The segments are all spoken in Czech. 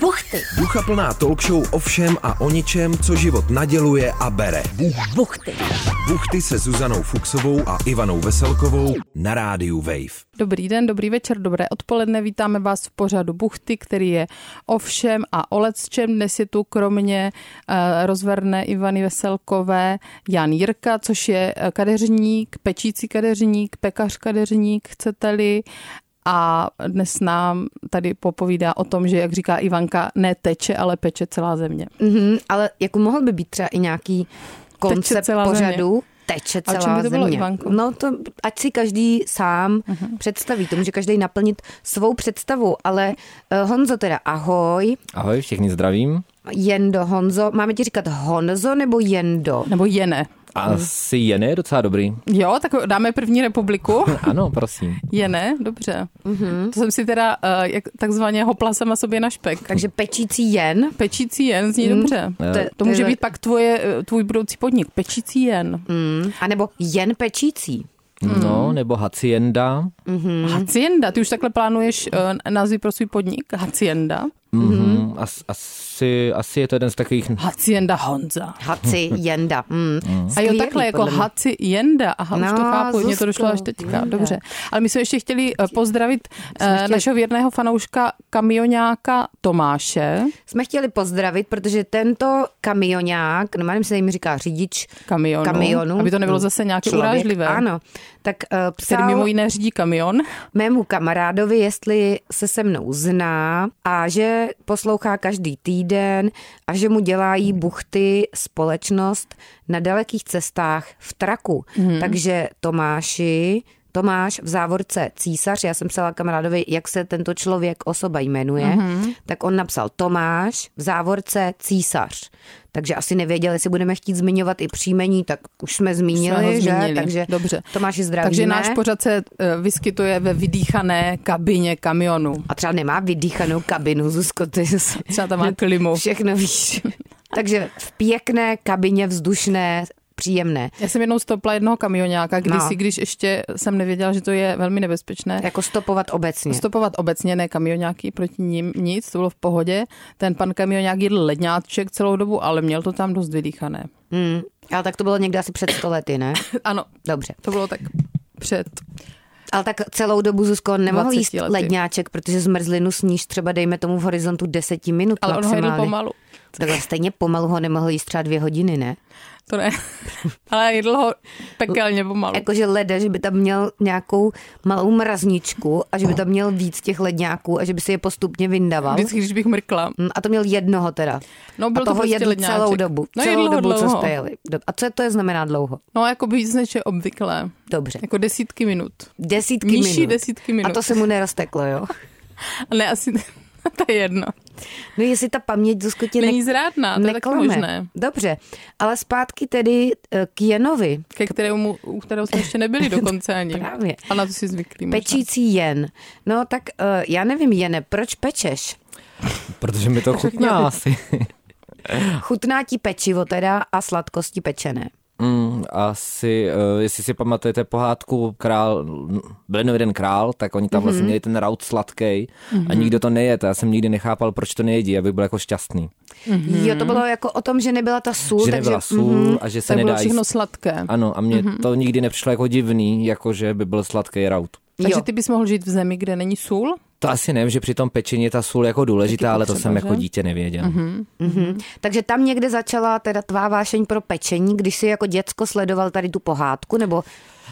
Buchty. Ducha plná talk show o všem a o ničem, co život naděluje a bere. Buchty. Buchty se Zuzanou Fuxovou a Ivanou Veselkovou na rádiu Wave. Dobrý den, dobrý večer, dobré odpoledne. Vítáme vás v pořadu Buchty, který je o všem a o lecčem. Dnes je tu kromě eh, rozverné Ivany Veselkové Jan Jirka, což je eh, kadeřník, pečící kadeřník, pekař kadeřník, chcete-li. A dnes nám tady popovídá o tom, že, jak říká Ivanka, ne teče, ale peče celá země. Mm-hmm, ale jako mohl by být třeba i nějaký koncept celá pořadu. Teče A o čem celá by to bylo, země. Ivanko? Mhm. No to, ať si každý sám uh-huh. představí, to může každý naplnit svou představu, ale uh, Honzo teda ahoj, Ahoj, všichni zdravím. Jendo, Honzo, máme ti říkat Honzo nebo Jendo? Nebo jene. Asi Jene je docela dobrý. Jo, tak dáme první republiku. Ano, prosím. Je ne? Dobře. Mm-hmm. To jsem si teda uh, jak, takzvaně hopla sama sobě na špek. Takže pečící jen. Pečící jen zní dobře. Mm. To, je- To může je- být pak tvoje, eh, tvůj budoucí podnik. Pečící jen. Mm, a nebo jen pečící. No, nebo Hacienda. Mm. Hacienda. Ty už takhle plánuješ uh, názvy pro svůj podnik? Hacienda. Mm-hmm. As, asi, asi je to jeden z takových... Hacienda Honza. Haci, jenda. Mm. A jo, Skvělý, takhle jako podle mě. hacienda. Aha, už No, to chápu, mě to Zuzko, došlo až teďka. jenda. Dobře. Ale my jsme ještě chtěli eh, pozdravit jsme eh, chtěli- našeho věrného fanouška kamionáka Tomáše. Jsme chtěli pozdravit, protože tento kamionák, no nevím, se jim říká řidič, Kamionu. kamionu. Aby to nebylo Mm. zase nějaké Člověk, urážlivé. Ano, tak uh, Který psal mimo jiné řídí kamion. mému kamarádovi, jestli se se mnou zná a že poslouchá každý týden a že mu dělají buchty společnost na dalekých cestách v traku. Mhm. Hmm. Takže Tomáši, Tomáš v závorce císař, já jsem psala kamarádovi, jak se tento člověk, osoba jmenuje, Mhm. mm-hmm. tak on napsal Tomáš v závorce císař. Takže asi nevěděl, jestli budeme chtít zmiňovat i příjmení, tak už jsme zmínili, Jsme ho že? zmínili. Takže Dobře. Tomáši zdravíme. Takže náš pořad se eh, vyskytuje ve vydýchané kabině kamionu. A třeba nemá vydýchanou kabinu, Zuzko, ty jsi- Třeba tam má klimu. všechno víš. Takže v pěkné kabině vzdušné, příjemné. Já jsem jednou stopla jednoho kamionáka, když, No. no. když ještě jsem nevěděla, že to je velmi nebezpečné. Jako stopovat obecně. Stopovat obecně, ne kamionáky, proti ním nic, to bylo v pohodě. Ten pan kamionák jedl ledňáček celou dobu, ale měl to tam dost vydýchané. Hmm. Ale tak to bylo někde asi před 100 lety, ne? Ano, Dobře. to bylo tak před. Ale tak celou dobu Zuzko nemohl 20 jíst lety. ledňáček, protože zmrzlinu sníš třeba dejme tomu v horizontu 10 minut Ale on ho maximálně. jedl pomalu. Takhle stejně pomalu ho nemohl jíst třeba dvě hodiny, ne? To ne. ale jedl ho pekelně pomalu. Jakože lede, že by tam měl nějakou malou mrazničku a že by tam měl víc těch ledňáků a že by si je postupně vyndaval. Vždycky, když bych mrkla. Mm, A to měl jednoho teda. No, byl a to toho prostě jedl ledňáček. celou dobu. No, celou jedl ho dobu, co dlouho. jste jeli. Dob- A co to je znamená dlouho? No, jako víc než je obvyklé. Dobře. Jako desítky minut. Desítky nižší minut. desítky minut. A to se mu nerozteklo, jo? Ne, asi to je jedno. No jestli ta paměť Zuzko ti Není ne- zrádná, to je taky neklame. možné. Dobře, ale zpátky tedy eh, k Jenovi. Ke kterému, u kterého jsme ještě nebyli dokonce ani. Právě. A na to si zvyklí možná. Pečící jen. No tak eh, já nevím, Jene, proč pečeš? Protože mi to chutná asi. Chutná ti pečivo teda a sladkosti pečené. Mm, asi, uh, jestli si pamatujete pohádku Král, byl jenom jeden král, tak oni tam vlastně měli ten raut sladký a nikdo to nejete. Já jsem nikdy nechápal, proč to nejedí, abych byl jako šťastný. Mhm. Mm-hmm. Jo, to bylo jako o tom, že nebyla ta sůl, že takže nebyla sůl mhm. a že se To bylo nedá všechno jíst. sladké. Ano, a mně to nikdy nepřišlo jako divný, jako že by byl sladký raut. Takže jo. ty bys mohl žít v zemi, kde není sůl? To asi nevím, že při tom pečení je ta sůl jako důležitá, ale to potřeba, jsem že? Mhm. jako dítě nevěděl. Mm-hmm. Mm-hmm. Takže tam někde začala teda tvá vášeň pro pečení, když jsi jako děcko sledoval tady tu pohádku, nebo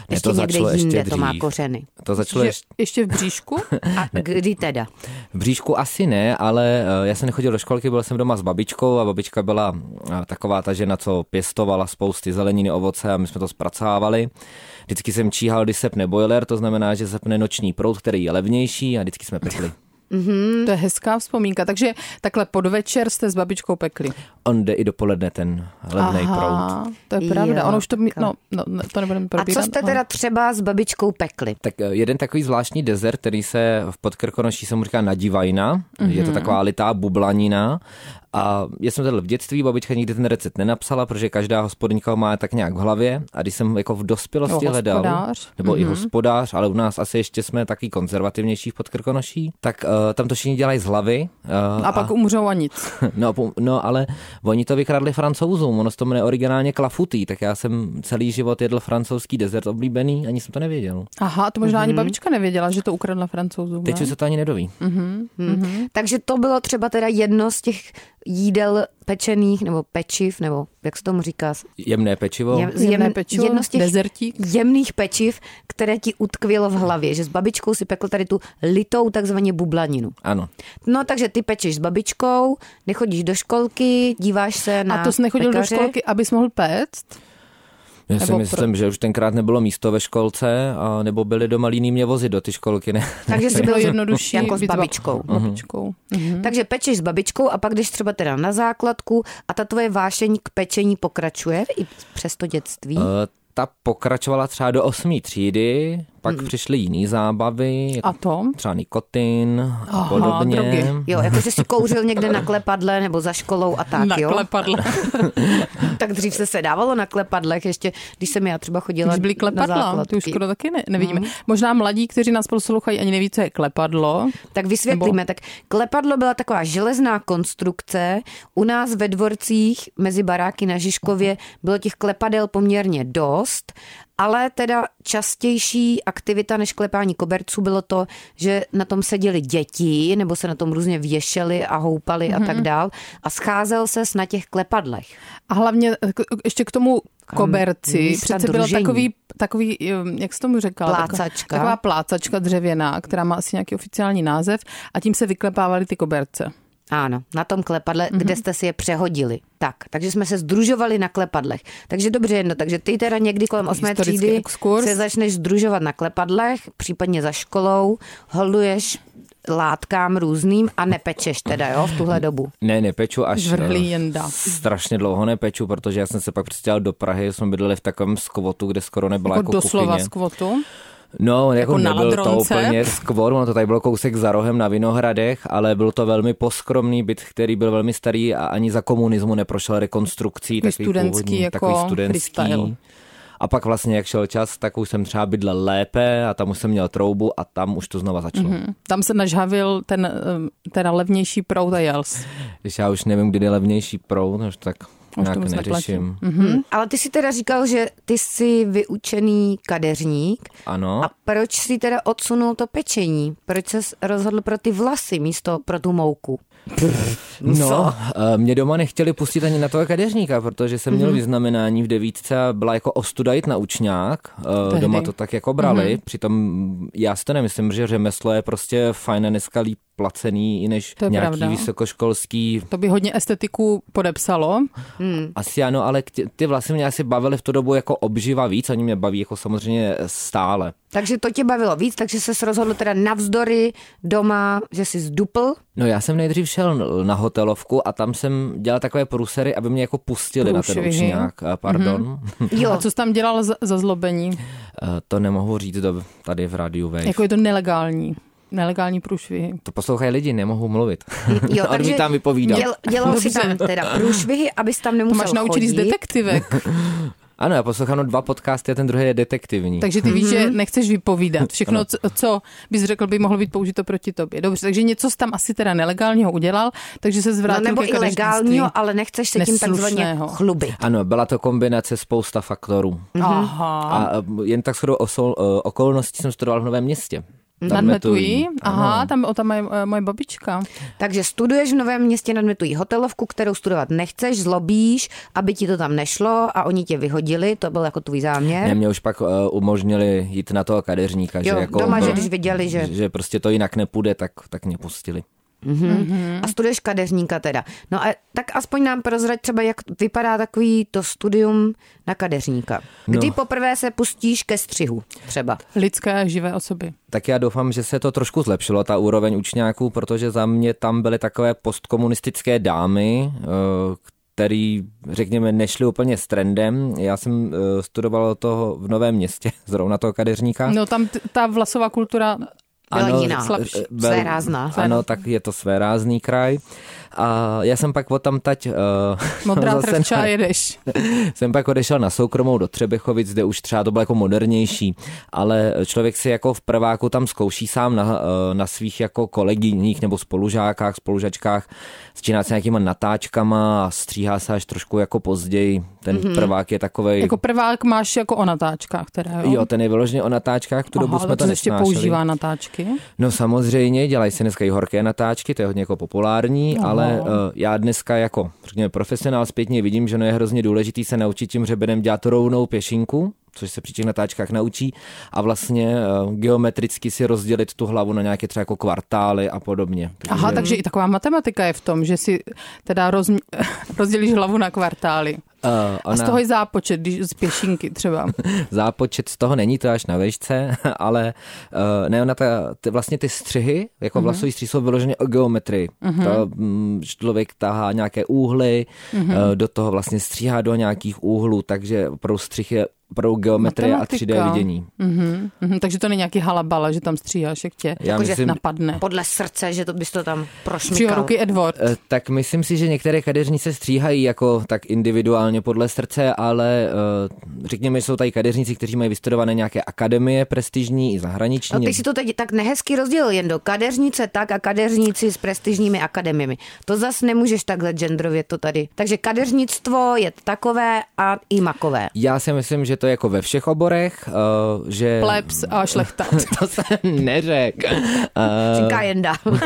ještě to někde začalo ještě jinde to má dřív. kořeny. To začalo Že, ještě ještě v bříšku? A kdy teda? V bříšku asi ne, ale eh, já jsem nechodil do školky, byl jsem doma s babičkou a babička byla eh, taková ta žena, co pěstovala spousty zeleniny, ovoce a my jsme to zpracovávali. Vždycky jsem číhal, když sepne boiler, to znamená, že sepne noční prout, který je levnější a vždycky jsme pekli. Mm. To je hezká vzpomínka. Takže takhle podvečer jste s babičkou pekli. On jde i dopoledne ten levnej prout. to je pravda. Jo, ono už to, mi- tak. no, no, ne- to nebudeme A probírat. co jste ale- teda třeba s babičkou pekli? Tak eh, jeden takový zvláštní dezert, Mhm. který se v Podkrkonoší se mu říká nadivajna, mm-hmm. je to taková litá bublanina a A já jsem tady v dětství, babička nikdy ten recept nenapsala, protože každá hospodyňka ho má tak nějak v hlavě. A když jsem jako v dospělosti Jo, hledal, hospodář. Mhm. nebo mm-hmm. i hospodář, ale u nás asi ještě jsme taky konzervativnější v Podkrkonoší, tak uh, tam to všichni dělají z hlavy. Uh, A pak umřou a nic. No, po- no, ale oni to vykradli francouzům, ono se to jmenuje originálně klafutý, tak já jsem celý život jedl francouzský dezert oblíbený, ani jsem to nevěděl. Aha, to možná ani Mhm. babička nevěděla, že to ukradla francouzům. Teď ne? už se to ani nedoví. Mhm. Mm-hmm. Takže to bylo třeba teda jedno z těch jídel pečených, nebo pečiv, nebo jak se tomu říká? Jemné pečivo. Jem- Jemné jem- pečivo, jedno z těch dezertík. jemných pečiv, které ti utkvělo v hlavě, že s babičkou si pekl tady tu litou takzvaně bublaninu. Ano. No takže ty pečeš s babičkou, nechodíš do školky, díváš se na A to jsi nechodil pekaře. do školky, abys mohl péct? Já si Nebo myslím, že už tenkrát nebylo místo ve školce, a nebo byli doma líní mě vozit do ty školky. Ne? E, Takže To si bylo byl jednodušší. jako s být ba- babičkou. babičkou. Mhm. Takže pečeš s babičkou a pak jdeš třeba teda na základku a ta tvoje vášeň k pečení pokračuje i přes to dětství. Eh, Ta pokračovala třeba do osmé třídy, pak přišly jiné zábavy, jako A to? třeba nikotin a Aha, podobně. drogy. Jo, jako že si kouřil někde na klepadle nebo za školou a tak, jo? Naklepadle. Tak dřív se sedávalo na klepadlech, ještě když jsem já třeba chodila Když byly na klepadla, základky. ty už skoro taky ne, nevidíme. Možná mladí, kteří nás poslouchají, ani neví, co je klepadlo. Tak vysvětlíme. Nebo... Tak klepadlo byla taková železná konstrukce. U nás ve dvorcích mezi baráky na Žižkově bylo těch klepadel poměrně dost, ale teda častější aktivita než klepání koberců bylo to, že na tom seděli děti, nebo se na tom různě věšeli a houpali mm-hmm. a tak dál. A scházel se na těch klepadlech. A hlavně eh, k- ještě k tomu koberci. místa Přece byl družení. takový, takový, ehm, jak se tomu říkala? Taková- Plácačka. Taková plácačka dřevěná, která má asi nějaký oficiální název a tím se vyklepávaly ty koberce. Ano, na tom klepadle, Mhm. mm-hmm. kde jste si je přehodili. Tak, takže jsme se združovali na klepadlech. Takže dobře, jedno, takže ty teda někdy kolem 8. Historický třídy exkurs. se začneš združovat na klepadlech, případně za školou, holduješ látkám různým a nepečeš teda, jo, v tuhle dobu. Ne, nepeču až Žvrhlý eh, jenda. strašně dlouho nepeču, protože já jsem se pak přestěhoval do Prahy, jsme bydleli v takovém skvotu, kde skoro nebyla Jako jako, doslova kuchyně. z kvotu. No, jako, Jako na nebyl to ladronce? úplně skvor, ono to tady bylo kousek za rohem na Vinohradech, ale byl to velmi poskromný byt, který byl velmi starý a ani za komunismu neprošel rekonstrukcí. Takový Takový studentský původní, jako takový studentský. freestyle. A pak vlastně, jak šel čas, tak už jsem třeba bydlel lépe a tam už jsem měl troubu a tam už to znova začalo. Mm-hmm. Tam se nažhavil ten, ehm, teda levnější prout a jels. Když já už nevím, kdy je levnější proud, už tak Už to nějak moc neřeším. Mhm. Mm-hmm. Ale ty si teda říkal, že ty jsi vyučený kadeřník. No. Ano. A proč si teda odsunul to pečení? Proč se rozhodl pro ty vlasy místo pro tu mouku? No, eh, mě doma nechtěli pustit ani na toho kadeřníka, protože jsem Mhm. měl vyznamenání v devítce a byla jako ostuda jít na učňák. Eh, Tehdy. Mhm. Doma to tak jako brali, přitom mm, já si to nemyslím, že řemeslo je prostě fajn a dneska líp placený i než To je nějaký pravda. vysokoškolský. To by hodně estetiků podepsalo. Mm. Asi ano, ale k- ty vlastně mě asi bavily v tu dobu jako obživa víc, oni mě baví jako samozřejmě stále. Takže to tě bavilo víc, takže se rozhodl teda navzdory doma, že jsi zdupl. No já jsem nejdřív šel na hotelovku a tam jsem dělal takové průsery, aby mě jako pustili na ten Průšvihy. Mhm. učňák, eh, pardon. Jo, A co jsi tam dělal za, za zlobení? Eh, To nemohu říct do, tady v rádiu Wave. Jako je to nelegální. Nelegální průšvihy. To poslouchají lidi, nemohu mluvit. jo Odmítám vypovídat. Děl, dělal si Dobře. tam teda průšvihy, abys tam To nemusel máš naučený z chodit. detektivek, Ano, já poslouchám jenom dva podcasty a ten druhý je detektivní. takže ty víš, Mhm. že nechceš vypovídat. Všechno, co, co bys řekl, by mohlo být použito proti tobě. Dobře, takže něco jsi tam asi teda nelegálního udělal, takže se No, zvrátil nebo ke i kadeřnictví. legálního, ale nechceš se tím takzvaně jako Neslušného. chlubit. Ano, byla to kombinace spousta faktorů. No. Mhm. Aha. A eh, jen tak shodou osol- eh, okolností jsem studoval v Novém městě. Nad Metují. Ano. Aha, tam, o, tam je eh, moje babička. Takže studuješ v Novém městě nadmetují hotelovku, kterou studovat nechceš, zlobíš, aby ti to tam nešlo a oni tě vyhodili, to byl jako tvůj záměr. Ne, mě už pak eh, umožnili jít na toho kadeřníka, jo, že jako... doma, že eh, když viděli, že... že prostě to jinak nepůjde, tak, tak mě pustili. A studuješ kadeřníka teda. No a tak aspoň nám prozrať třeba, jak vypadá takový to studium na kadeřníka. Kdy No. poprvé se pustíš ke střihu třeba? Lidské a živé osoby. Tak já doufám, že se to trošku zlepšilo, ta úroveň učňáků, protože za mě tam byly takové postkomunistické dámy, eh, který, řekněme, nešli úplně s trendem. Já jsem eh, studoval toho v Novém městě, zrovna toho kadeřníka. No tam t- ta vlasová kultura No, Byla Ano, eh, jiná, slabší, Vel- svérázná. Ano, tak je to svérázný kraj. A já jsem pak odtam tať... Uh, Modrá trvča jedeš. jsem pak odešel na soukromou do Třebechovic, kde už třeba to bylo jako modernější, ale člověk si jako v prváku tam zkouší sám na, eh, na svých jako kolegyních nebo spolužákách, spolužačkách, začíná se nějakýma natáčkama a stříhá se až trošku jako později. Ten mm-hmm. prvák je takovej... Mhm. Jako prvák máš jako o natáčkách teda, jo? Jo, ten je vyloženě o natáčkách, v tu dobu Aha, jsme ale to to ještě nesnášeli. používá natáčky. No samozřejmě, dělají se dneska i horké natáčky, to je hodně jako populární, No. Aha. ale uh, já dneska jako, řekněme, profesionál zpětně vidím, že no je hrozně důležitý se naučit tím hřebenem dělat rovnou pěšinku, což se při těch natáčkách naučí, a vlastně uh, geometricky si rozdělit tu hlavu na nějaké třeba jako kvartály a podobně. Aha, takže i taková matematika je v tom, že si teda roz, rozdělíš hlavu na kvartály. uh, A z toho je zápočet, když z pěšinky třeba. zápočet z toho není to až na vejšce, ale uh, ne, ona ta, ty, vlastně ty střihy, jako mm-hmm. vlasový střih, jsou vyloženě o geometrii. Mm-hmm. To, mm, člověk tahá nějaké úhly, mm-hmm. uh, do toho vlastně stříhá do nějakých úhlů, takže pro střih je pro geometrie a 3D Matematika. vidění. Mhm, mhm, takže to není nějaký halabala, že tam stříháš, jak tě Já Jakože myslím, napadne. Podle srdce, že to bys to tam Přího prošmykal. ruky Edward. Eh, Tak myslím si, že některé kadeřnice stříhají jako tak individuálně podle srdce, ale eh, řekněme, že jsou tady kadeřníci, kteří mají vystudované nějaké akademie prestižní i No, zahraniční. ty si to teď tak nehezky rozdělil jen do kadeřnice tak a kadeřníci s prestižními akademiemi. To zas nemůžeš takhle genderově to tady. Takže kadeřnictvo je takové a i makové. Já si myslím, že to je jako ve všech oborech, uh, že... Plebs a šlechta. To jsem neřekl. Říká Jenda. Uh,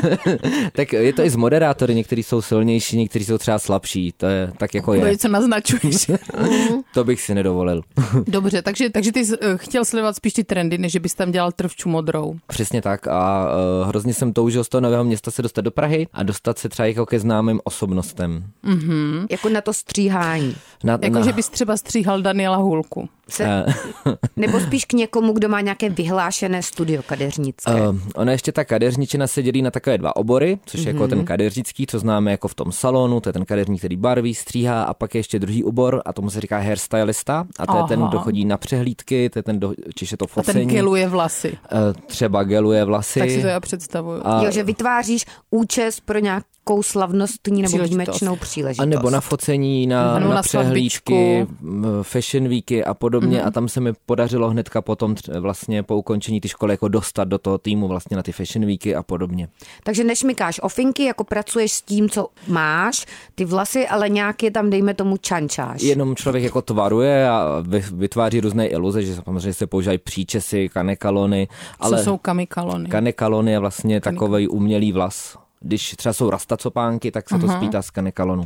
tak je to i z moderátory, někteří jsou silnější, někteří jsou třeba slabší, to je tak jako To je. je, co naznačuješ. To bych si nedovolil. Dobře, takže, takže ty jsi eh, chtěl sledovat spíš ty trendy, než že bys tam dělal trvču modrou. Přesně tak a uh, hrozně jsem toužil z toho nového města se dostat do Prahy a dostat se třeba jako ke známým osobnostem. jako na to stříhání. Na, Jako, že bys třeba stříhal Daniela Hulku. Se, Eh. nebo spíš k někomu, kdo má nějaké vyhlášené studio kadeřnické. Uh, ona ještě ta kadeřničina se dělí na takové dva obory, což mm-hmm. je jako Mhm. ten kadeřnický, co známe jako v tom salonu, to je ten kadeřník, který barví, stříhá a pak je ještě druhý obor a tomu se říká hairstylista a to Aha. je ten, Aha. kdo chodí na přehlídky, to je ten, kdo, čiž je to A focení. ten geluje vlasy. Eh, třeba geluje vlasy. Tak si to já představuju. a- jo, že vytváříš účes pro nějakou slavnostní nebo Příležitost. výjimečnou příležitost. A nebo na focení, na, Ano, na, na přehlídky, m, fashion weeky a Mhm. podobně. Mm-hmm. A tam se mi podařilo hnedka potom tř- vlastně po ukončení ty školy jako dostat do toho týmu vlastně na ty fashion weeky a podobně. Takže nešmikáš ofinky, jako pracuješ s tím, co máš, ty vlasy, ale nějak je tam, dejme tomu, čančáš. Jenom člověk jako tvaruje a vy- vytváří různé iluze, že samozřejmě se používají příčesy, kanekalony, Co ale jsou kamikalony? kanekalon je vlastně takový umělý vlas. Když třeba jsou rastacopánky, tak se to Mhm. spítá z kanekalonu.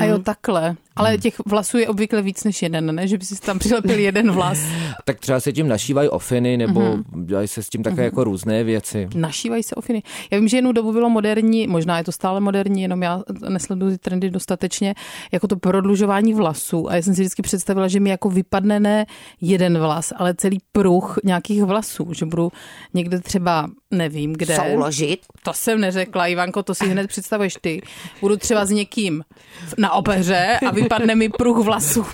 A jo, takhle. Ale těch vlasů je obvykle víc než jeden, ne? Že by si tam přilepil jeden vlas. Tak třeba se tím našívají ofiny, nebo Mhm. dělají se s tím také jako různé věci. No. Našívají se ofiny. Já vím, že jednou dobu bylo moderní, možná je to stále moderní, jenom já nesleduji ty trendy dostatečně, jako to prodlužování vlasů. A já jsem si vždycky představila, že mi jako vypadne ne jeden vlas, ale celý pruh nějakých vlasů. Že budu někde třeba, nevím kde. Souložit. To jsem neřekla, Ivanko, to si hned představuješ ty. Budu třeba s někým na opeře a vypadne mi pruh vlasů.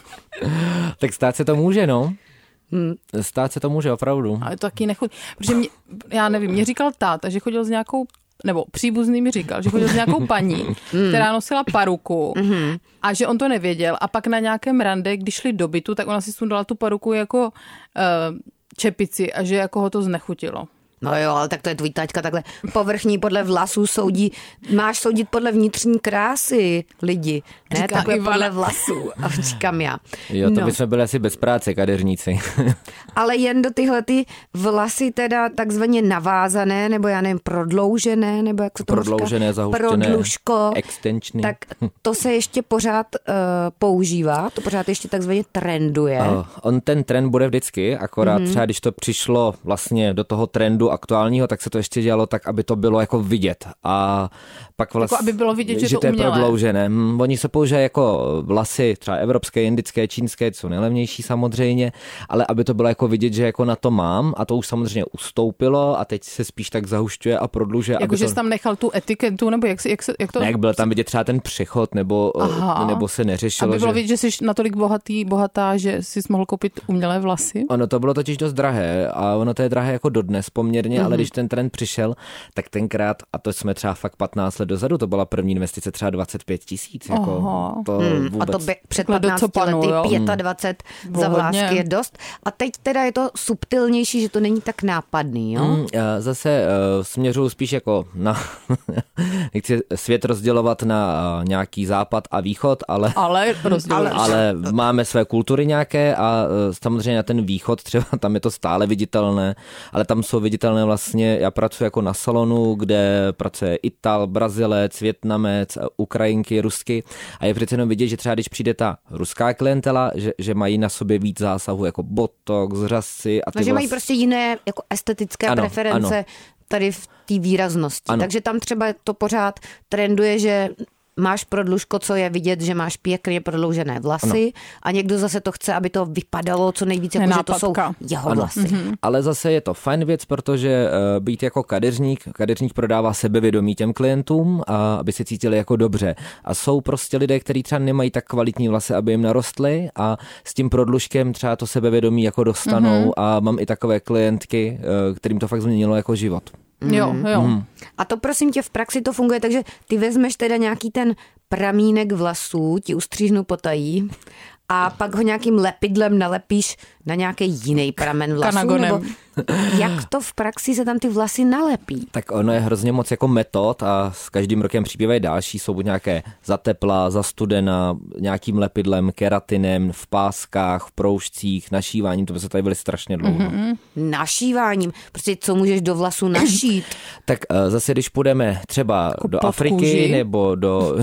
Tak stát se to může, no. Mm. Stát se to může, opravdu. Ale to taky nechutí. Protože mě, já nevím, mě říkal táta, že chodil s nějakou nebo příbuzný mi říkal, že chodil s nějakou paní, která nosila paruku a že on to nevěděl. A pak na nějakém rande, když šli do bytu, tak ona si sundala tu paruku jako uh, čepici a že jako ho to znechutilo. No jo, ale tak to je tvůj taťka takhle. Povrchní podle vlasů soudí. Máš soudit podle vnitřní krásy lidi. Ne, Říká takhle Ivana. podle vlasů. A říkám já. Jo, to no. bychom byli asi bez práce, kadeřníci. Ale jen do tyhle ty vlasy teda takzvaně navázané, nebo já nevím, prodloužené, nebo jak se to Prodloužené, říká? zahuštěné, Prodlužko. extenční. Tak to se ještě pořád uh, používá, to pořád ještě takzvaně trenduje. Uh, on ten trend bude vždycky, akorát Mhm. třeba když to přišlo vlastně do toho trendu aktuálního, tak se to ještě dělalo tak, aby to bylo jako vidět. A pak vlastně, Jako aby bylo vidět, že že to to je umělé. prodloužené. Hmm, oni se používají jako vlasy třeba evropské, indické, čínské, co nejlevnější samozřejmě, ale aby to bylo jako vidět, že jako na to mám a to už samozřejmě ustoupilo a teď se spíš tak zahušťuje a prodlužuje. aby Jakože to... Jako, jsi tam nechal tu etiketu, nebo jak, si, jak, se, jak to... Ne, jak byl tam vidět třeba ten přechod, nebo, Aha. nebo se neřešilo, aby bylo že... vidět, že jsi natolik bohatý, bohatá, že jsi mohl koupit umělé vlasy. Ono to bylo totiž dost drahé a ono to je drahé jako dodnes poměrně. záměrně, mm-hmm. ale když ten trend přišel, tak tenkrát, a to jsme třeba fakt 15 let dozadu, to byla první investice třeba 25 tisíc. Jako Oho. to Hmm, a vůbec... to by před Takhle do 15 copanu, jo? lety 25 Hmm. za vlásky Hodně. je dost. A teď teda je to subtilnější, že to není tak nápadný, jo? Mm, eh, Zase eh, směřuju spíš jako na... Nechci svět rozdělovat na eh, nějaký západ a východ, ale... Ale rozděluješ. ale máme své kultury nějaké a eh, samozřejmě na ten východ třeba tam je to stále viditelné, ale tam jsou viditelné vlastně, já pracuji jako na salonu, kde pracuje Ital, Brazilec, Větnamec, eh, Ukrajinky, Rusky a je přece jenom vidět, že třeba když přijde ta ruská klientela, že, že mají na sobě víc zásahu jako botox, řasy a ty No, že mají vlas- prostě jiné jako estetické Ano, preference ano. tady v té výraznosti. Ano. Takže tam třeba to pořád trenduje, že máš prodlužko, co je vidět, že máš pěkně prodloužené vlasy ano. a někdo zase to chce, aby to vypadalo co nejvíc, jako že to jsou Nápadka. jeho vlasy. Mhm. Mm-hmm. Ale zase je to fajn věc, protože eh, být jako kadeřník, kadeřník prodává sebevědomí těm klientům, a aby se cítili jako dobře. A jsou prostě lidé, kteří třeba nemají tak kvalitní vlasy, aby jim narostly a s tím prodlužkem třeba to sebevědomí jako dostanou mm-hmm. a mám i takové klientky, eh, kterým to fakt změnilo jako život. Jo, jo. A to prosím tě, v praxi to funguje, takže ty vezmeš teda nějaký ten pramínek vlasů, ti ustříhnu potají a pak ho nějakým lepidlem nalepíš na nějaký jiný pramen vlasů. Kanagonem. Nebo jak to v praxi se tam ty vlasy nalepí? Tak ono je hrozně moc jako metod a s každým rokem přibývají další, jsou buď nějaké zatepla, zastudena, nějakým lepidlem, keratinem, v páskách, v proužcích, našíváním, to by se tady byli strašně dlouho. Mm-hmm. Mhm. Našíváním. Prostě co můžeš do vlasu našít? Tak eh, zase, když půjdeme třeba do Jako pod Afriky kůži. nebo do...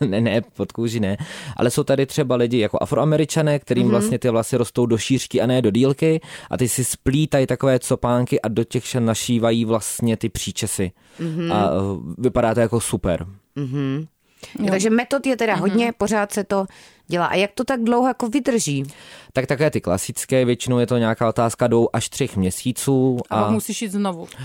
ne, ne, pod kůži ne. Ale jsou tady třeba lidi jako afroameričané, Mhm. kterým mm-hmm. vlastně ty vlasy rostou do šířky a ne do dílky a ty si splítají takové copánky a do těch se našívají vlastně ty příčesy. Mhm. Mm-hmm. A eh, vypadá to jako super. Jo. Takže metod je Mhm. teda hodně, pořád se to dělá. A jak to tak dlouho jako vydrží? Tak také ty klasické, většinou je to nějaká otázka dvou až třech měsíců. A pak musíš jít znovu. Eh,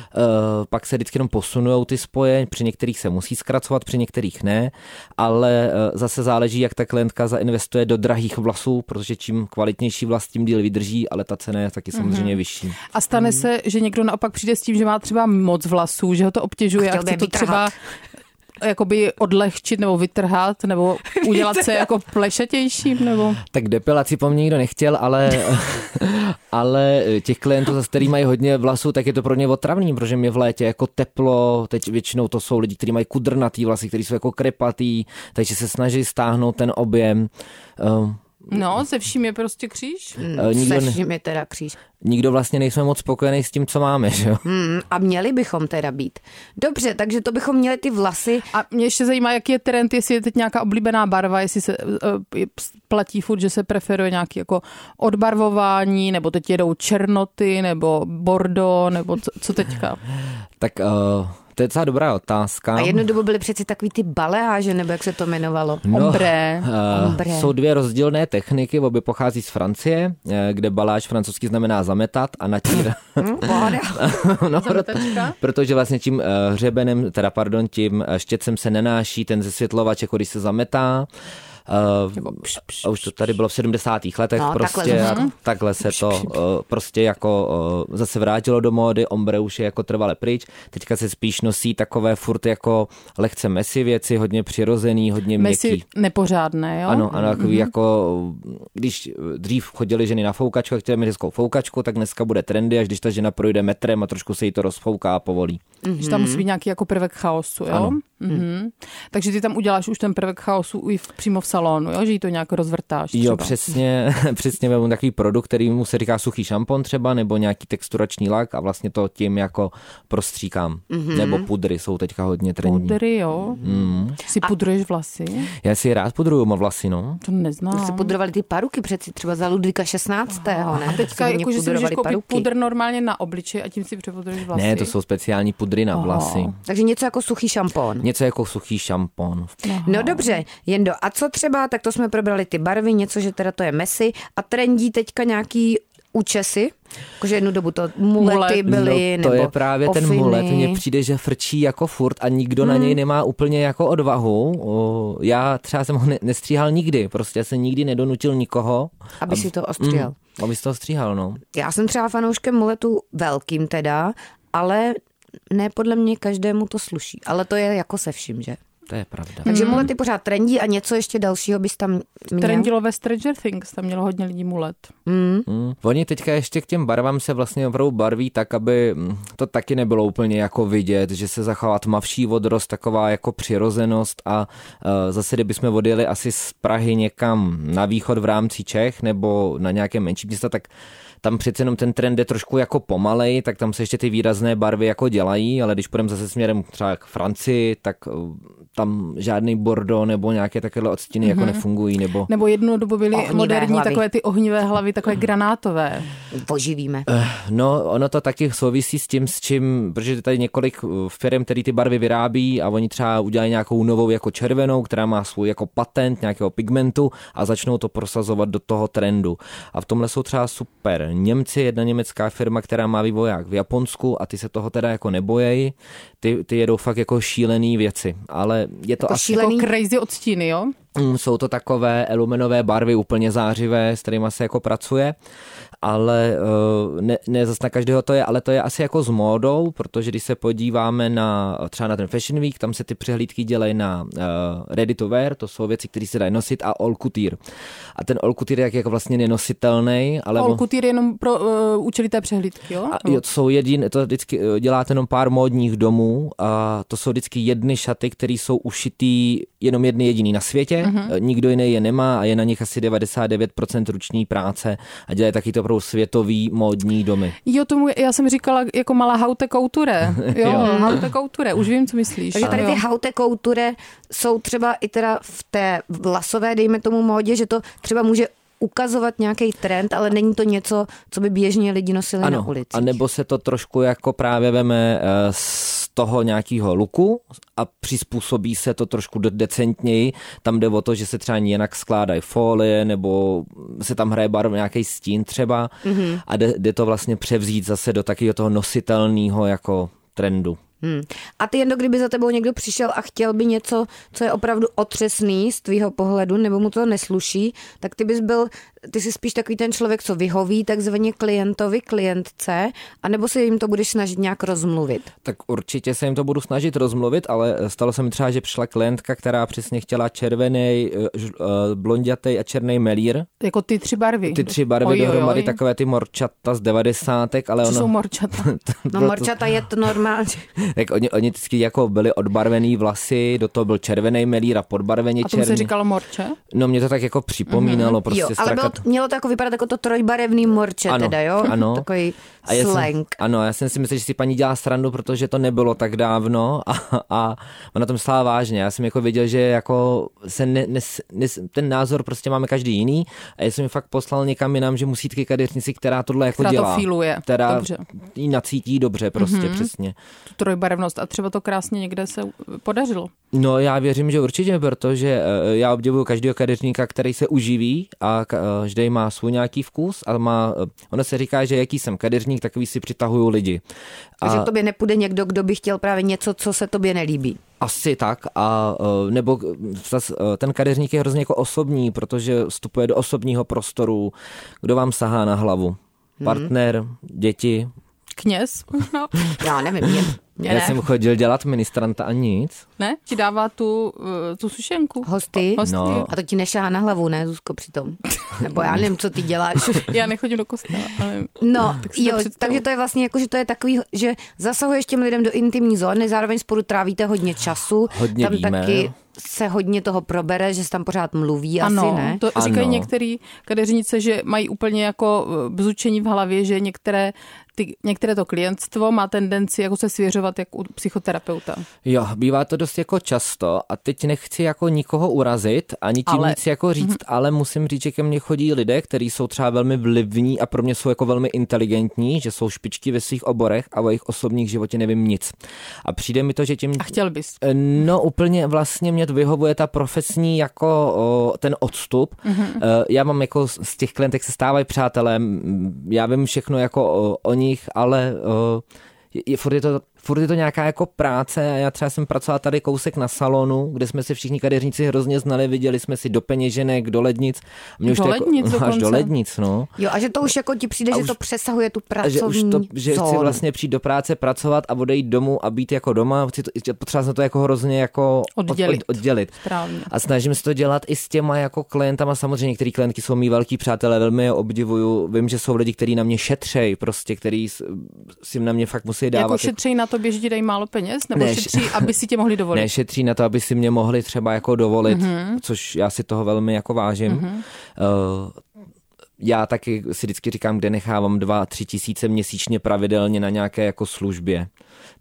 pak se vždycky jenom posunují ty spoje, při některých se musí zkracovat, při některých ne, ale eh, zase záleží, jak ta klientka zainvestuje do drahých vlasů, protože čím kvalitnější vlas, tím díl vydrží, ale ta cena je taky samozřejmě Mhm. mm-hmm. vyšší. A stane Hmm. se, že někdo naopak přijde s tím, že má třeba moc vlasů, že ho to obtěžuje Chtěl a by je chce to třeba vytrhat. jakoby odlehčit nebo vytrhat nebo udělat se jako plešatějším nebo... Tak depilaci po mně nikdo nechtěl, ale, ale těch klientů, za který mají hodně vlasů, tak je to pro ně otravný, protože mě v létě jako teplo, teď většinou to jsou lidi, kteří mají kudrnatý vlasy, kteří jsou jako krepatý, takže se snaží stáhnout ten objem. Eh, No, se vším je prostě kříž. Hmm, eh, nikdo ne- Seš mi teda kříž. nikdo vlastně nejsme moc spokojený s tím, co máme, že jo? Hmm, a měli bychom teda být. Dobře, takže to bychom měli ty vlasy. A mě ještě zajímá, jaký je trend, jestli je teď nějaká oblíbená barva, jestli se eh, platí furt, že se preferuje nějaký jako odbarvování, nebo teď jedou černoty, nebo bordo, nebo co, co teďka. Tak uh, to je docela dobrá otázka. A jednu dobu byly přeci takový ty baleáže, nebo jak se to jmenovalo. Ombré. No, eh, ombre. jsou dvě rozdílné techniky, obě pochází z Francie, eh, kde baláž francouzsky znamená zametat a natírat. Pohoda. no, proto, Zametečka? protože vlastně tím eh, hřebenem, teda pardon, tím eh, štětcem se nenáší ten zesvětlovač, jako když se zametá. Uh, a už to tady bylo v 70. letech No, takhle prostě zase. a takhle se to uh, prostě jako uh, zase vrátilo do módy, ombre už je jako trvale pryč, teďka se spíš nosí takové furt jako lehce mesi věci, hodně přirozený, hodně měkký. Mesi nepořádné, jo? Ano, ano, mhm. takový mm-hmm. jako, když dřív chodili ženy na foukačku a chtěli mít hezkou foukačku, tak dneska bude trendy, až když ta žena projde metrem a trošku se jí to rozfouká a povolí. Mm-hmm. Že tam Mhm. musí být nějaký jako prvek chaosu, jo? Mm-hmm. Takže ty tam uděláš už ten prvek chaosu i v, přímo v salonu, jo? Že jí to nějak rozvrtáš třeba. Jo, přesně, přesně vezmu takový produkt, který mu se říká suchý šampon třeba, nebo nějaký texturační lak a vlastně to tím jako prostříkám. Mm-hmm. Nebo pudry jsou teďka hodně trendní. Mhm. Pudry, jo? Mhm. Mm. Si pudruješ vlasy? Já si rád pudruju mám vlasy, no. To neznám. Se pudrovali ty paruky přeci třeba za Ludvíka 16. ne? A Teďka jako, že si můžeš koupit pudr normálně na obličej a tím si přepudruješ vlasy. Ne, to jsou speciální pudry na vlasy. Takže něco jako suchý šampón. Něco jako suchý šampon. No dobře, Jendo, a co třeba, tak to jsme probrali ty barvy, něco, že teda to je mesi a trendí teďka nějaký účesy, jakože jednu dobu to mulety Mulet. byly, no, to nebo je právě ofiny. ten mulet. Mně přijde, že frčí jako furt a nikdo hmm. na něj nemá úplně jako odvahu. O, já třeba jsem ho ne- nestříhal nikdy, prostě já jsem nikdy nedonutil nikoho. Aby si to ostříhal. Mm, aby si to stříhal, no. Já jsem třeba fanouškem muletu velkým teda, ale ne podle mě každému to sluší. Ale to je jako se vším, že? To je pravda. Takže mm. mulety pořád trendí a něco ještě dalšího bys tam měl? Trendilo ve Stranger Things, tam mělo hodně lidí mulet. Mm. Mm. Oni teďka ještě k těm barvám se vlastně opravdu barví tak, aby mm, to taky nebylo úplně jako vidět, že se zachová tmavší odrost, taková jako přirozenost a uh, zase kdybychom odjeli asi z Prahy někam na východ v rámci Čech nebo na nějaké menší města, tak tam přece jenom ten trend jde trošku jako pomalej, tak tam se ještě ty výrazné barvy jako dělají, ale když půjdeme zase směrem třeba k Francii, tak uh, tam žádný bordo nebo nějaké takovéhle odstíny mm-hmm. jako nefungují, nebo Nebo jednu dobu byly Ohnivé moderní hlavy. takové ty ohnivé hlavy, takové Mhm. granátové. Jako Poživíme. No, ono to taky souvisí s tím, s čím, protože je tady několik eh, firm, který ty barvy vyrábí a oni třeba udělají nějakou novou jako červenou, která má svůj jako patent nějakého pigmentu a začnou to prosazovat do toho trendu. A v tomhle jsou třeba super. Němci, jedna německá firma, která má vývoják v Japonsku a ty se toho teda jako nebojejí, ty, ty jedou fakt jako šílený věci, ale je to Jako asi... šílený Jako crazy odstíny, jo? Mm, Jsou to takové eluminové barvy, úplně zářivé, s kterými se jako pracuje, ale eh, ne, ne zase na každého to je, ale to je asi jako s módou, protože když se podíváme na třeba na ten Fashion Week, tam se ty přehlídky dělají na uh, ready to wear, to jsou věci, které se dají nosit a all couture. A ten all couture je jak jako vlastně nenositelný, ale... on- All couture je jenom pro uh, účely té přehlídky, jo? No. a jo, to jsou jedin, to vždycky eh, děláte jenom pár módních domů a to jsou vždycky jedny šaty, které jsou ušitý jenom jedny jediný na světě, mm-hmm. nikdo jiný je nemá a je na nich asi 99% ruční práce a dělají taky to opravdu světový módní domy. Jo, tomu, já jsem říkala jako malá haute couture. Jo, Jo. haute couture, už vím, co myslíš. Takže tady jo. ty haute couture jsou třeba i teda v té vlasové, dejme tomu, módě, že to třeba může ukazovat nějaký trend, ale není to něco, co by běžně lidi nosili ano, na ulici. a nebo se to trošku jako právě veme eh, z toho nějakého luku a přizpůsobí se to trošku de- decentněji. Tam jde o to, že se třeba jinak skládají folie nebo se tam hraje barv nějaký stín třeba Mhm. mm-hmm. a jde, jde to vlastně převzít zase do takového toho nositelného jako trendu. Hmm. A ty jen kdyby za tebou někdo přišel a chtěl by něco, co je opravdu otřesný z tvýho pohledu, nebo mu to nesluší, tak ty bys byl, ty jsi spíš takový ten člověk, co vyhoví takzvaně klientovi, klientce, anebo se jim to budeš snažit nějak rozmluvit. Tak určitě se jim to budu snažit rozmluvit, ale eh, stalo se mi třeba, že přišla klientka, která přesně chtěla eh, červený, blondětej a černý melír. Jako ty tři barvy. Ty tři barvy Ojojoj. dohromady, takové ty morčata z devadesátek, ale Co ono... jsou morčata. No Bylo to- morčata je to normálně. Tak oni, oni vždycky jako byli odbarvený vlasy, do toho byl červený melír a podbarveně A tomu se černý. říkalo morče? No mě to tak jako Mhm. připomínalo, mm-hmm. prostě jo, ale bylo, strakat. to- mělo to jako vypadat jako to trojbarevný morče Ano, teda, jo? ano. Takový A já jsem, slang. ano, já jsem si myslel, že si paní dělá srandu, protože to nebylo tak dávno a, a ona tom stála vážně. Já jsem jako věděl, že jako se ne, nes, nes, ten názor prostě máme každý jiný a já jsem mi fakt poslal někam jinam, že musí ke kadeřnici, která tohle jako Která to dělá. fíluje. Která Dobře. Mhm. jí nacítí dobře prostě, mm-hmm. přesně. Tu trojbarevnost. A třeba to krásně někde se uh, podařilo. No já věřím, že určitě, protože eh, já obdivuju každého kadeřníka, který se uživí a ka- eh, vždy má svůj nějaký vkus a má, eh, ono se říká, že jaký jsem kadeřník, takový si přitahuju lidi. A... Že A k tobě nepůjde někdo, kdo by chtěl právě něco, co se tobě nelíbí. asi tak, a eh, nebo eh, zas, eh, ten kadeřník je hrozně jako osobní, protože vstupuje do osobního prostoru, kdo vám sahá na hlavu. Mhm. Partner, děti. Kněz? No, Já nevím, je, Mě Já ne. jsem chodil dělat ministranta a nic. ne? Ti dává tu, uh, tu sušenku. hosty. Hosty. No. A to ti nešahá na hlavu, ne, Zuzko, přitom? Nebo já nevím, co ty děláš. Já nechodím do kostela, ale... No, Tak si to jo, představu. takže to je vlastně jako, že to je takový, že zasahuješ těm lidem do intimní zóny, zároveň spolu trávíte hodně času. Hodně tam víme. taky se hodně toho probere, že se tam pořád mluví, Ano, asi ne? to Ano. říkají některý kadeřnice, že mají úplně jako eh, bzučení v hlavě, že některé, ty, některé to klientstvo má tendenci jako se svěřovat jak u psychoterapeuta. Jo, bývá to dost jako často a teď nechci jako nikoho urazit, ani tím ale... Ale- nic jako říct, ale musím říct, že ke mně chodí lidé, kteří jsou třeba velmi vlivní a pro mě jsou jako velmi inteligentní, že jsou špičky ve svých oborech a o jejich osobních životě nevím nic. A přijde mi to, že tím... A chtěl bys. No úplně vlastně mě vyhovuje ta profesní jako o, ten odstup. Mhm. Mm-hmm. Já mám jako z z těch klientek se stávají přátelé, m, já vím všechno jako o, o nich, ale o, je, je, furt, je to, furt je to nějaká jako práce a já třeba jsem pracovala tady kousek na salonu, kde jsme se všichni kadeřníci hrozně znali, viděli jsme si do peněženek, do lednic. Mě Do to lednic jako, až dokonce. do lednic, no. Jo, a že to už jako ti přijde, že to přesahuje tu A že už pracovní to, že chci zónu. vlastně přijít do práce, pracovat a odejít domů a být jako doma, chci to, potřeba se to jako hrozně jako od- Oddělit. Od, oddělit. Správně. A snažím se to dělat i s těma jako klientama. Samozřejmě některý klientky jsou mý velký přátelé, velmi je obdivuju. Vím, že jsou lidi, kteří na mě šetřej, prostě, který s- si na mě fakt musí dávat. Jako šetří na to, že ti dají málo peněz, nebo Ne, ne, š- šetří, aby si tě mohli dovolit. Nešetří na to, aby si mě mohli třeba jako dovolit, mm-hmm. což já si toho velmi jako vážím. Mm-hmm. Uh, já taky si vždycky říkám, kde nechávám dva, tři tisíce měsíčně pravidelně na nějaké jako službě.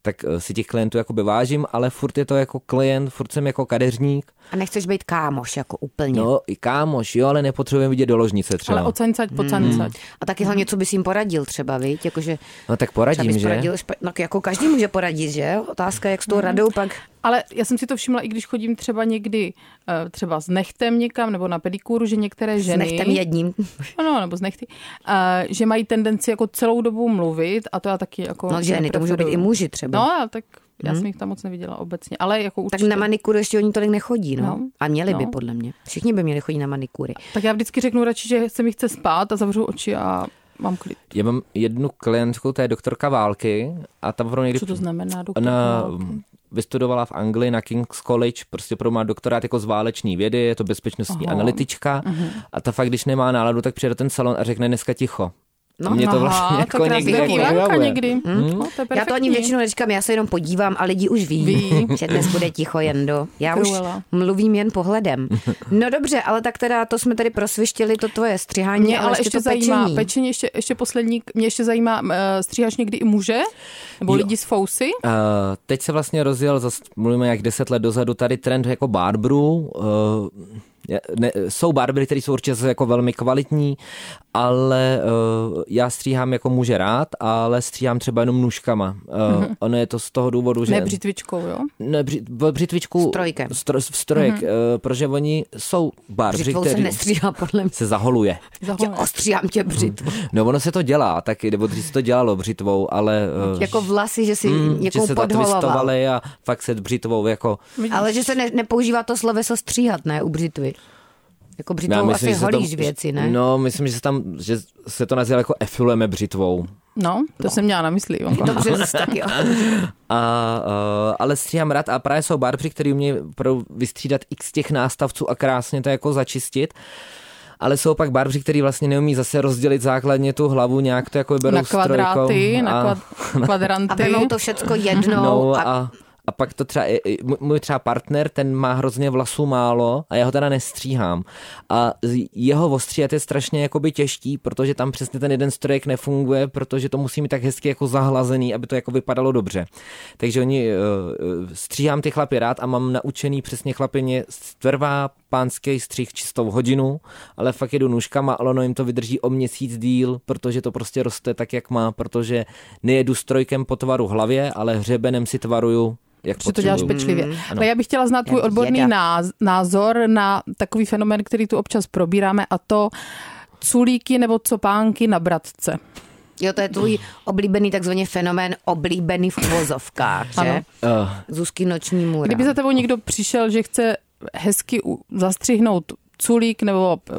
Tak eh, si těch klientů jako vážím, ale furt je to jako klient, furt jsem jako kadeřník. A nechceš být kámoš, jako úplně. No, i kámoš, jo, ale nepotřebujeme vidět do ložnice třeba. ale no. ocencaď, pocencaď. A taky hlavně, co bys jim poradil třeba, víš? Jakože No tak třeba poradím, bys že? Mhm. poradil, špa- no, jako každý může poradit, že? Otázka, jak s tou radou pak... Ale já jsem si to všimla, i když chodím třeba někdy eh, třeba s nechtem někam, nebo na pedikůru, že některé ženy... Nech tam jedním. Ano, nebo z nechty. eh, že mají tendenci jako celou dobu mluvit a to já taky jako... No ženy, to můžou být nepreferuju. i muži třeba. No, já tak já jsem jich tam moc neviděla obecně, ale jako Tak určitě. na manikuru ještě oni tolik nechodí, no. No. A měli by, No. podle mě. Všichni by měli chodit na manikury. tak já vždycky řeknu radši, že se mi chce spát a zavřu oči a mám klid. Já mám jednu klientku, to je doktorka války a tam pro někdy... Co to znamená? doktor Ona Válk? vystudovala v Anglii na King's College, prostě pro má doktorát jako z váleční vědy, je to bezpečnostní Aha. Mhm. analytička a ta fakt, když nemá náladu, tak přijede na ten salon a řekne dneska ticho. No, mě to Aha, vlastně to jako krásný, někdy taky jako Ivanka vyhovuje. někdy. Hmm? No, to je Já to ani perfektní. většinou neříkám, já se jenom podívám a lidi už ví, Ví. že dnes bude ticho jen do. Já už Cruella. mluvím jen pohledem. No dobře, ale tak teda to jsme tady prosvištěli, to tvoje střihání, Mě ale ještě to zajímá, pečení. pečení, ještě, ještě poslední, mě ještě zajímá, uh, stříháš někdy i muže? Nebo Jo. lidi z fousy? Uh, teď se vlastně rozjel, zas, mluvíme jak deset let dozadu, tady trend jako barbrů. Uh, je- ne, jsou barbery, které jsou určitě jako velmi kvalitní, ale uh, já stříhám jako muže rád, ale stříhám třeba jenom nůžkama. Uh, Mhm. mm-hmm. Ono je to z toho důvodu, že... Ne břitvičkou, jo? Ne, bři, v břitvičku... Strojkem. Stro, v strojek, mm-hmm. protože oni jsou barbři, Mhm. Břitvou se který nestříhá, podle mě. se zaholuje. Tě Zaholé. ostříhám tě břitvu. No ono se to dělá taky, nebo dřív se to dělalo břitvou, ale... eh, Jako vlasy, že si mm, že někomu se zatwistovaly podholoval. a fakt se břitvou jako... Ale že se ne, nepoužívá to sloveso stříhat, ne, u břitvy. Jako Já břitvou asi že se to- holíš věci, ne? No, myslím, že se, tam, že se to nazývá jako efilujeme břitvou. No, to jsem měla na mysli, Ivanko. Dobře, zase tak jo. A, uh, ale stříhám rád a právě jsou barbři, který umějí opravdu vystřídat x těch nástavců a krásně to jako začistit. Ale jsou pak barbři, který vlastně neumí zase rozdělit základně tu hlavu, nějak to jako vyberou Na kvadráty, strojkou na kvad, A kvadranty. vemou to všecko jednou no, a, a, a pak to třeba, i- i- můj- můj třeba partner, ten má hrozně vlasů málo a já ho teda nestříhám. A z- jeho ostříhat je strašně jakoby těžký, protože tam přesně ten jeden strojek nefunguje, protože to musí mít tak hezky jako zahlazený, aby to jako vypadalo dobře. Takže oni, eh, eh, stříhám ty chlapy rád a mám naučený přesně chlapině strvá pánský střih čistou hodinu, ale fakt jedu nůžkama, ale ono jim to vydrží o měsíc díl, protože to prostě roste tak, jak má, protože nejedu strojkem po tvaru hlavě, ale hřebenem si tvaruju, jak že to děláš potřebuju. pečlivě. Ale já bych chtěla znát tvůj Jak odborný děda. náz- názor na takový fenomén, který tu občas probíráme a to culíky nebo copánky na bratce. jo, to je tvůj oblíbený takzvaný fenomén, oblíbený v uvozovkách, že? Ano. Eh, Zuzky noční můra. Kdyby za tebou někdo přišel, že chce hezky u- zastřihnout culík nebo, eh,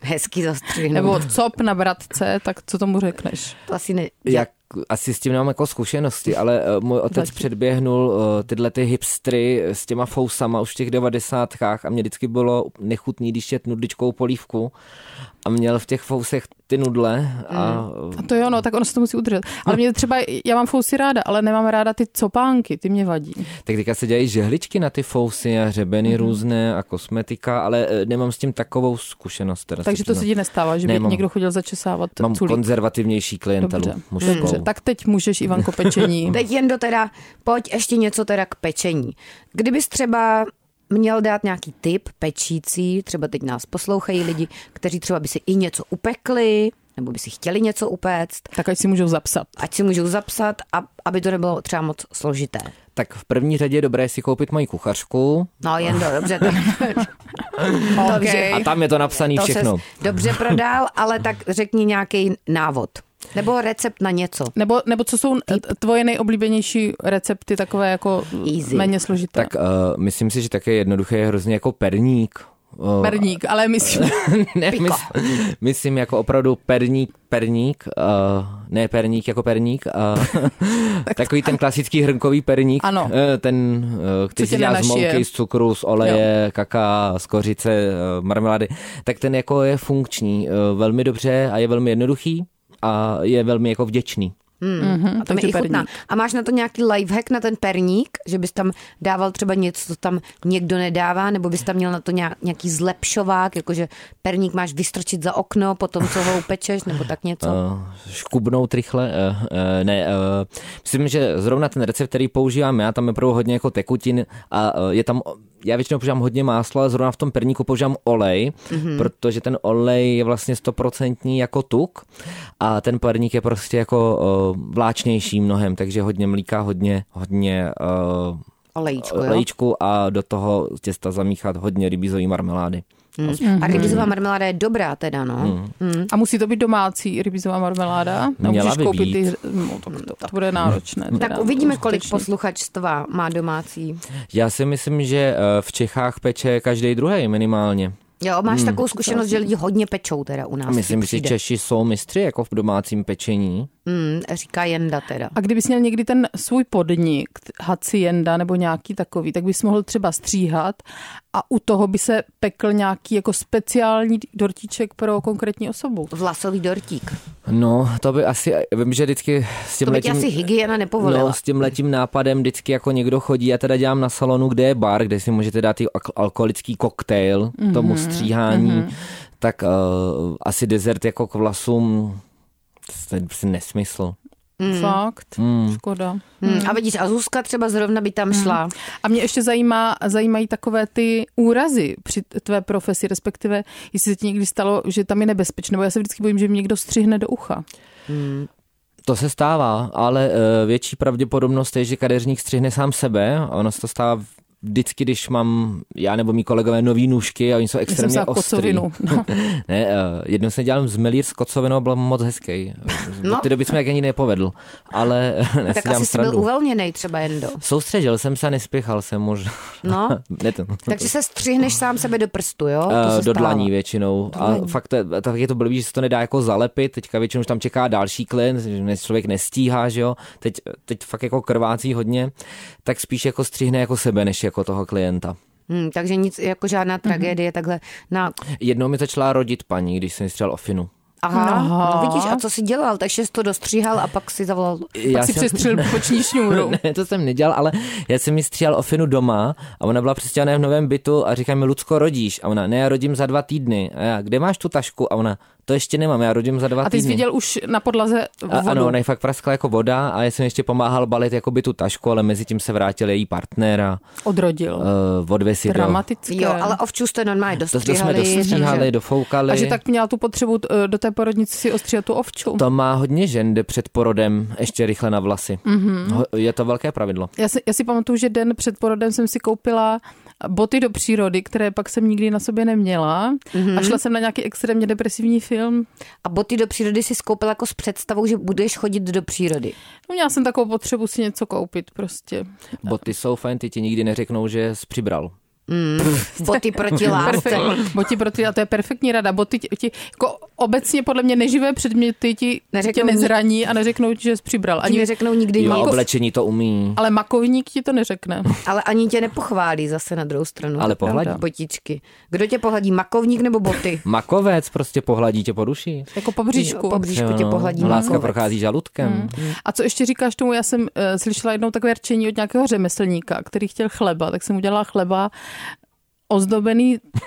Hezky zastřihnout. nebo cop na bratce, tak co tomu řekneš? To asi ne... jak asi s tím nemám jako zkušenosti, ale uh, můj otec Zatím. předběhnul uh, tyhle ty hipstry s těma fousama už v těch devadesátkách a mě vždycky bylo nechutný, když jet nudličkou polívku a měl v těch fousech ty nudle a mm. A to jo, no, tak ono se to musí udržet. Ale mě třeba, já mám fousy ráda, ale nemám ráda ty copánky, ty mě vadí. tak teďka se dělají žehličky na ty fousy a hřebeny mm. Mhm. různé a kosmetika, ale eh, nemám s tím takovou zkušenost. Teda Takže to se přiznám. ti nestává, že by No. Nemám. někdo chodil začesávat Mám culík. konzervativnější klientelu Dobře, mužskou. dobře, tak teď můžeš, Ivanko, pečení. Teď jen do teda, pojď ještě něco teda k pečení. Kdybys třeba měl dát nějaký tip pečící, třeba teď nás poslouchají lidi, kteří třeba by si i něco upekli, nebo by si chtěli něco upéct, tak ať si můžou zapsat. ať si můžou zapsat, a, aby to nebylo třeba moc složité. tak v první řadě je dobré si koupit moji kuchařku No jen do, dobře, to, Okay. a tam je to napsané to všechno. se dobře prodal, ale tak řekni nějaký návod. Nebo recept na něco. Nebo, nebo co jsou Tip. t- tvoje nejoblíbenější recepty, takové jako Easy. méně složité? Tak uh, myslím si, že také jednoduché je hrozně jako perník. Uh, Perník, ale myslím, ne, mys, myslím jako opravdu perník, perník, uh, ne perník jako perník, uh, takový ten klasický hrnkový perník, Ano. eh, ten, uh, který tě se dělá z nenašije. mouky, z cukru, z oleje, jo. kaká, z kořice, uh, marmelády, tak ten jako je funkční uh, velmi dobře a je velmi jednoduchý a je velmi jako vděčný. A to mi Mm, takže i chutná. perník. A máš na to nějaký lifehack na ten perník, že bys tam dával třeba něco, co tam někdo nedává, nebo bys tam měl na to nějak- nějaký zlepšovák, jakože perník máš vystročit za okno, potom co ho upečeš, nebo tak něco. Uh, škubnout rychle, uh, uh, ne, uh, myslím, že zrovna ten recept, který používám já, tam je opravdu hodně jako tekutin a uh, je tam, já většinou používám hodně másla, ale zrovna v tom perníku používám olej, mm-hmm. protože ten olej je vlastně stoprocentní jako tuk a ten perník je prostě jako uh, vláčnější mnohem, takže hodně mlíka, hodně, hodně uh, Olejčko, jo? olejčku a do toho těsta zamíchat hodně rybízový marmelády. Mhm. Mm. A rybizová marmeláda je dobrá teda, no. Mhm. Mm. A musí to být domácí rybízová marmeláda? Nebo Měla Můžeš by koupit být. ty... No, tak to, to bude náročné. teda, Tak uvidíme, to kolik skutečně. posluchačstva má domácí. Já si myslím, že uh, v Čechách peče každý druhý minimálně. Jo, máš takovou zkušenost, že lidi hodně pečou teda u nás. Mhm. Myslím, ti že přijde. Češi jsou mistři jako v domácím pečení. Mm, říká Jenda teda. A kdybys měl někdy ten svůj podnik, hacienda nebo nějaký takový, tak bys mohl třeba stříhat a u toho by se pekl nějaký jako speciální dortíček pro konkrétní osobu. Vlasový dortík. No, to by asi, vím, že vždycky s No, tím To by ti letím, asi hygiena nepovolila. no, s tím letím nápadem vždycky jako někdo chodí. Já teda dělám na salonu, kde je bar, kde si můžete dát i alk- alkoholický koktejl Mhm, mm-hmm, tomu stříhání. Mm-hmm. Tak uh, asi dezert jako k vlasům, to je prostě nesmysl. Mm. Fakt, mm. škoda. Hmm. A vidíš, a Zuzka třeba zrovna by tam šla. A mě ještě zajímá, zajímají takové ty úrazy při tvé profesi, respektive jestli se ti někdy stalo, že tam je nebezpečné, nebo já se vždycky bojím, že mi někdo střihne do ucha. To se stává, ale eh, větší pravděpodobnost je, že kadeřník střihne sám sebe. A Ono se to stává vždycky, když mám já nebo mý kolegové nový nůžky a oni jsou Já jsem extrémně se ostrý. kocovinu. No. Ne, eh, jednou jsem dělal zmelír s kocovinou, byl moc hezký. No. Do té doby jsme jak ani nepovedl, ale eh, ne, Tak si dělám asi jsi byl srandu. uvolněný třeba Jendo. Soustředil jsem se a nespěchal jsem možná. No, ne to, takže se střihneš sám sebe do prstu, jo? Eh, To se do stává. dlaní většinou. A fakt to, je- tak je to blbý, že se to nedá jako zalepit. Teďka většinou už tam čeká další klient, že ne- člověk nestíhá, že jo. Teď, teď fakt jako krvácí hodně, tak spíš jako střihne jako sebe, než jako toho klienta. Hmm, takže nic, jako žádná tragédie, takhle. Na... Jednou mi začala rodit paní, když jsem jí střel ofinu. Aha, Aha. No, vidíš, a co jsi dělal? Takže jsi to dostříhal a pak si zavolal. Pak si přestřel boční šňůru. ne, to jsem nedělal, ale já jsem mi stříhal ofinu doma a ona byla přestěhaná v novém bytu a říká mi, Lucko, rodíš? A ona, ne, já rodím za dva týdny. A já, kde máš tu tašku? A ona, to ještě nemám, já rodím za dva A ty týdny. jsi viděl už na podlaze A, vodu. ano, ona jí fakt praskla jako voda a já jsem ještě pomáhal balit jakoby tu tašku, ale mezi tím se vrátil její partner a Odrodil. uh, odvesi do... Dramatické. Jo, ale ovčů jste normálně To, to jsme dostříhali. dostříhali, takže- dofoukali. A že tak měla tu potřebu eh, do té porodnice si ostříhat tu ovču. To má hodně žen, jde před porodem ještě rychle na vlasy. Mhm. Mm-hmm. Ho, je to velké pravidlo. Já si, já si pamatuju, že den před porodem jsem si koupila boty do přírody, které pak jsem nikdy na sobě neměla mm-hmm. a šla jsem na nějaký extrémně depresivní film. A boty do přírody si skoupil jako s představou, že budeš chodit do přírody. No, měla jsem takovou potřebu si něco koupit prostě. Boty jsou fajn, ty ti nikdy neřeknou, že jsi přibral. Boty proti lásce. Perfekt. Boti pro ty, a to je perfektní rada. Boty ti, ti jako obecně podle mě neživé předměty ti, Neřeknou tě nic. nezraní a neřeknou ti, že jsi přibral. Ani Ani, neřeknou nikdy Jo, nic, oblečení to umí. ale makovník ti to neřekne. ale ani tě nepochválí zase na druhou stranu. Ale To je pravda. pohladí. Botičky. Kdo tě pohladí, makovník nebo boty? Makovec prostě pohladí tě po duši. Jako po bříšku. Po bříšku tě Jo, pohladí Láska makovec. prochází žaludkem. Mm. A co ještě říkáš tomu, já jsem uh, slyšela jednou takové rčení od nějakého řemeslníka, který chtěl chleba, tak jsem udělala chleba ozdobený uh,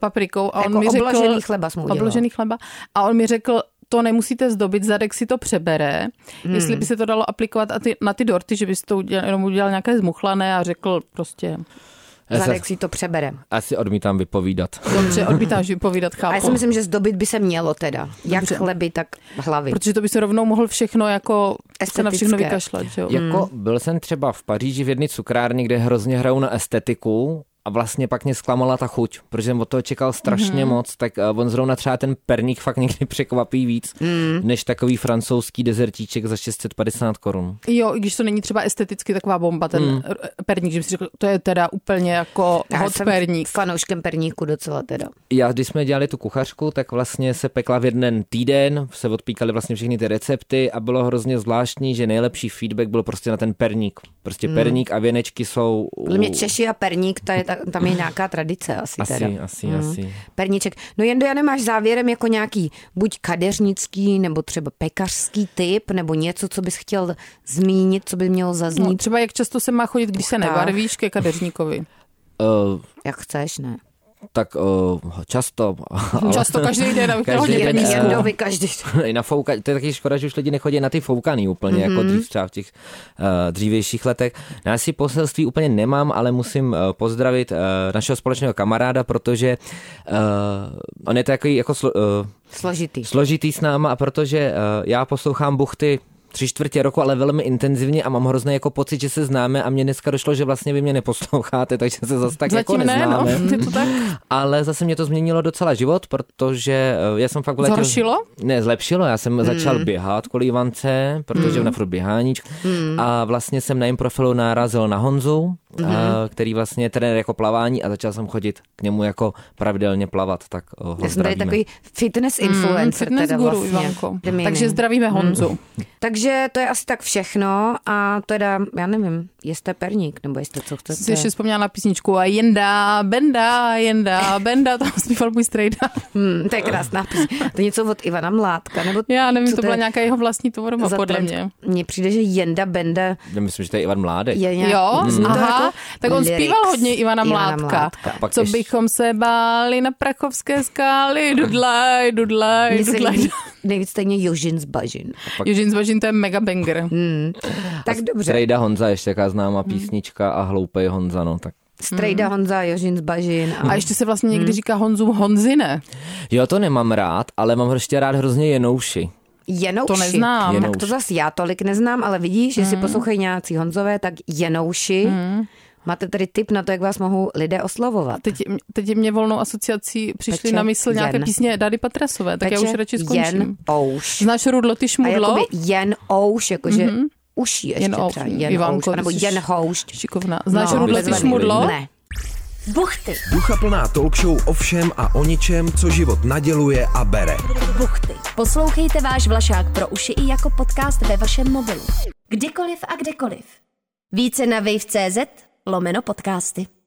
paprikou a on Jako mi řekl... obložený chleba jsem udělala. Obložený chleba. A on mi řekl, to nemusíte zdobit, zadek si to přebere. Hmm. Jestli by se to dalo aplikovat a ty, na ty dorty, že bys to udělal, jenom udělal nějaké zmuchlané a řekl prostě, Já se Zadek si to přebere. asi odmítám vypovídat. dobře, odmítáš vypovídat, chápu. A já si myslím, že zdobit by se mělo teda. Jak Dobře. chleby, tak hlavy. Protože to by se rovnou mohl všechno jako se na všechno Estetické. vykašlat, že jo? Jako byl jsem třeba v Paříži v jedné cukrárně, kde hrozně hrajou na estetiku a vlastně pak mě zklamala ta chuť, protože jsem od toho čekal strašně mm. moc, tak eh, on zrovna třeba ten perník fakt někdy překvapí víc, mm. než takový francouzský dezertíček za 650 korun. Jo, i když to není třeba esteticky taková bomba, ten Hmm. mm. perník, že bych si řekl, to je teda úplně jako Já hot jsem perník. fanouškem perníku docela teda. Já, když jsme dělali tu kuchařku, tak vlastně se pekla v jeden týden, se odpíkaly vlastně všechny ty recepty a bylo hrozně zvláštní, že nejlepší feedback byl prostě na ten perník. Prostě mm. perník a věnečky jsou... Podle mě Češi a perník, ta je, ta, tam je nějaká tradice asi, Uh. Asi, teda. Mhm. asi, asi. Perníček. No jen já nemáš závěrem jako nějaký buď kadeřnický, nebo třeba pekařský typ, nebo něco, co bys chtěl zmínit, co by mělo zaznít, No, no. třeba jak často se má chodit, když se Puchtách. nebarvíš ke kadeřníkovi. Uh, jak chceš, ne? tak uh, často. ale- Často každý den, abych měl Každý hodně den, Jeden eh, peníze. jendovi každý. I na fouka, to je taky škoda, že už lidi nechodí na ty foukaný úplně, mm-hmm. jako dřív třeba v těch uh, dřívějších letech. No, Já si poselství úplně nemám, ale musím uh, pozdravit uh, našeho společného kamaráda, protože uh, on je takový jako slo, uh, Složitý. složitý s náma a protože uh, já poslouchám buchty tři čtvrtě roku, ale velmi intenzivně a mám hrozný jako pocit, že se známe a mě dneska došlo, že vlastně vy mě neposloucháte, takže se zase tak Zatím jako ne, no, neznáme. je to tak Ale zase mě to změnilo docela život, protože eh, já jsem fakt letěl... zhoršilo. Hmm. Ne, zlepšilo. Já jsem začal běhat kvůli Ivance, protože mm. na furt běháníč. Hmm. A vlastně jsem na jejím profilu narazil na Honzu, mm. který vlastně je trenér jako plavání a začal jsem chodit k němu jako pravidelně plavat. Tak eh, ho Já jsem tady zdravíme. takový fitness Mm, influencer Fitness teda guru, vlastně. Ivanko. Jdeme Takže jiným. zdravíme Honzu. Takže to je asi tak všechno a teda, já nevím, jeste perník, nebo jeste co chcete. Jsi ještě vzpomněla na písničku a jenda, benda, jenda, benda, tam zpíval můj strejda. Hmm, to je krásná písň. To je něco od Ivana Mládka, nebo Já nevím, co to byla je nějaká jeho vlastní tvorba, za podle trend? mě. Mně přijde, že Jenda Benda Já myslím, že to je Ivan Mládek. je nějak... Jo, Jsou to aha, jako tak on lyrics zpíval hodně Ivana Mládka. A pak Co ještě- bychom se báli na prachovské skály, dudlaj, dudlaj, Mně se dudlaj. líbí nejvíc stejně Jožin z Bažin. Jožin Zvažin, to je mega banger. Mm. Tak dobře, Mhm. Strejda Honza, ještě taká známá písnička a hloupej Honza, no tak. Hmm. Strejda Honza, Jožin z Bažin. A... A ještě se vlastně Mm. někdy říká Honzům Honzine. Jo, to nemám rád, ale mám ještě rád hrozně Jenouši. Jenouši. To neznám. Mm. Jenouš. Tak to zase já tolik neznám, ale vidíš, že si poslouchají nějací Honzové, tak Jenouši. Máte tady tip na to, jak vás mohou lidé oslovovat. Teď, teď mě volnou asociací přišly Peče na mysl nějaké jen. písně Dady Patrasové, tak já už radši skončím. Jen ouš. Znáš Rudlo ty A šmudlo? jakoby jen ouš, jakože mm-hmm. uší ještě Mhm. Jen ouš, třeba. Jen Ivanko, ouš, nebo ty jsi- jen houšť. Šikovná. Znáš No, no, Rudlo ty bezvadný. šmudlo? Ne. Buchty. Duchaplná talk show o všem a o ničem, co život naděluje a bere. Buchty. Poslouchejte váš Vlašák pro uši i jako podcast ve vašem mobilu. Kdykoliv a kdekoliv. Více na wave.cz lomeno podcasty.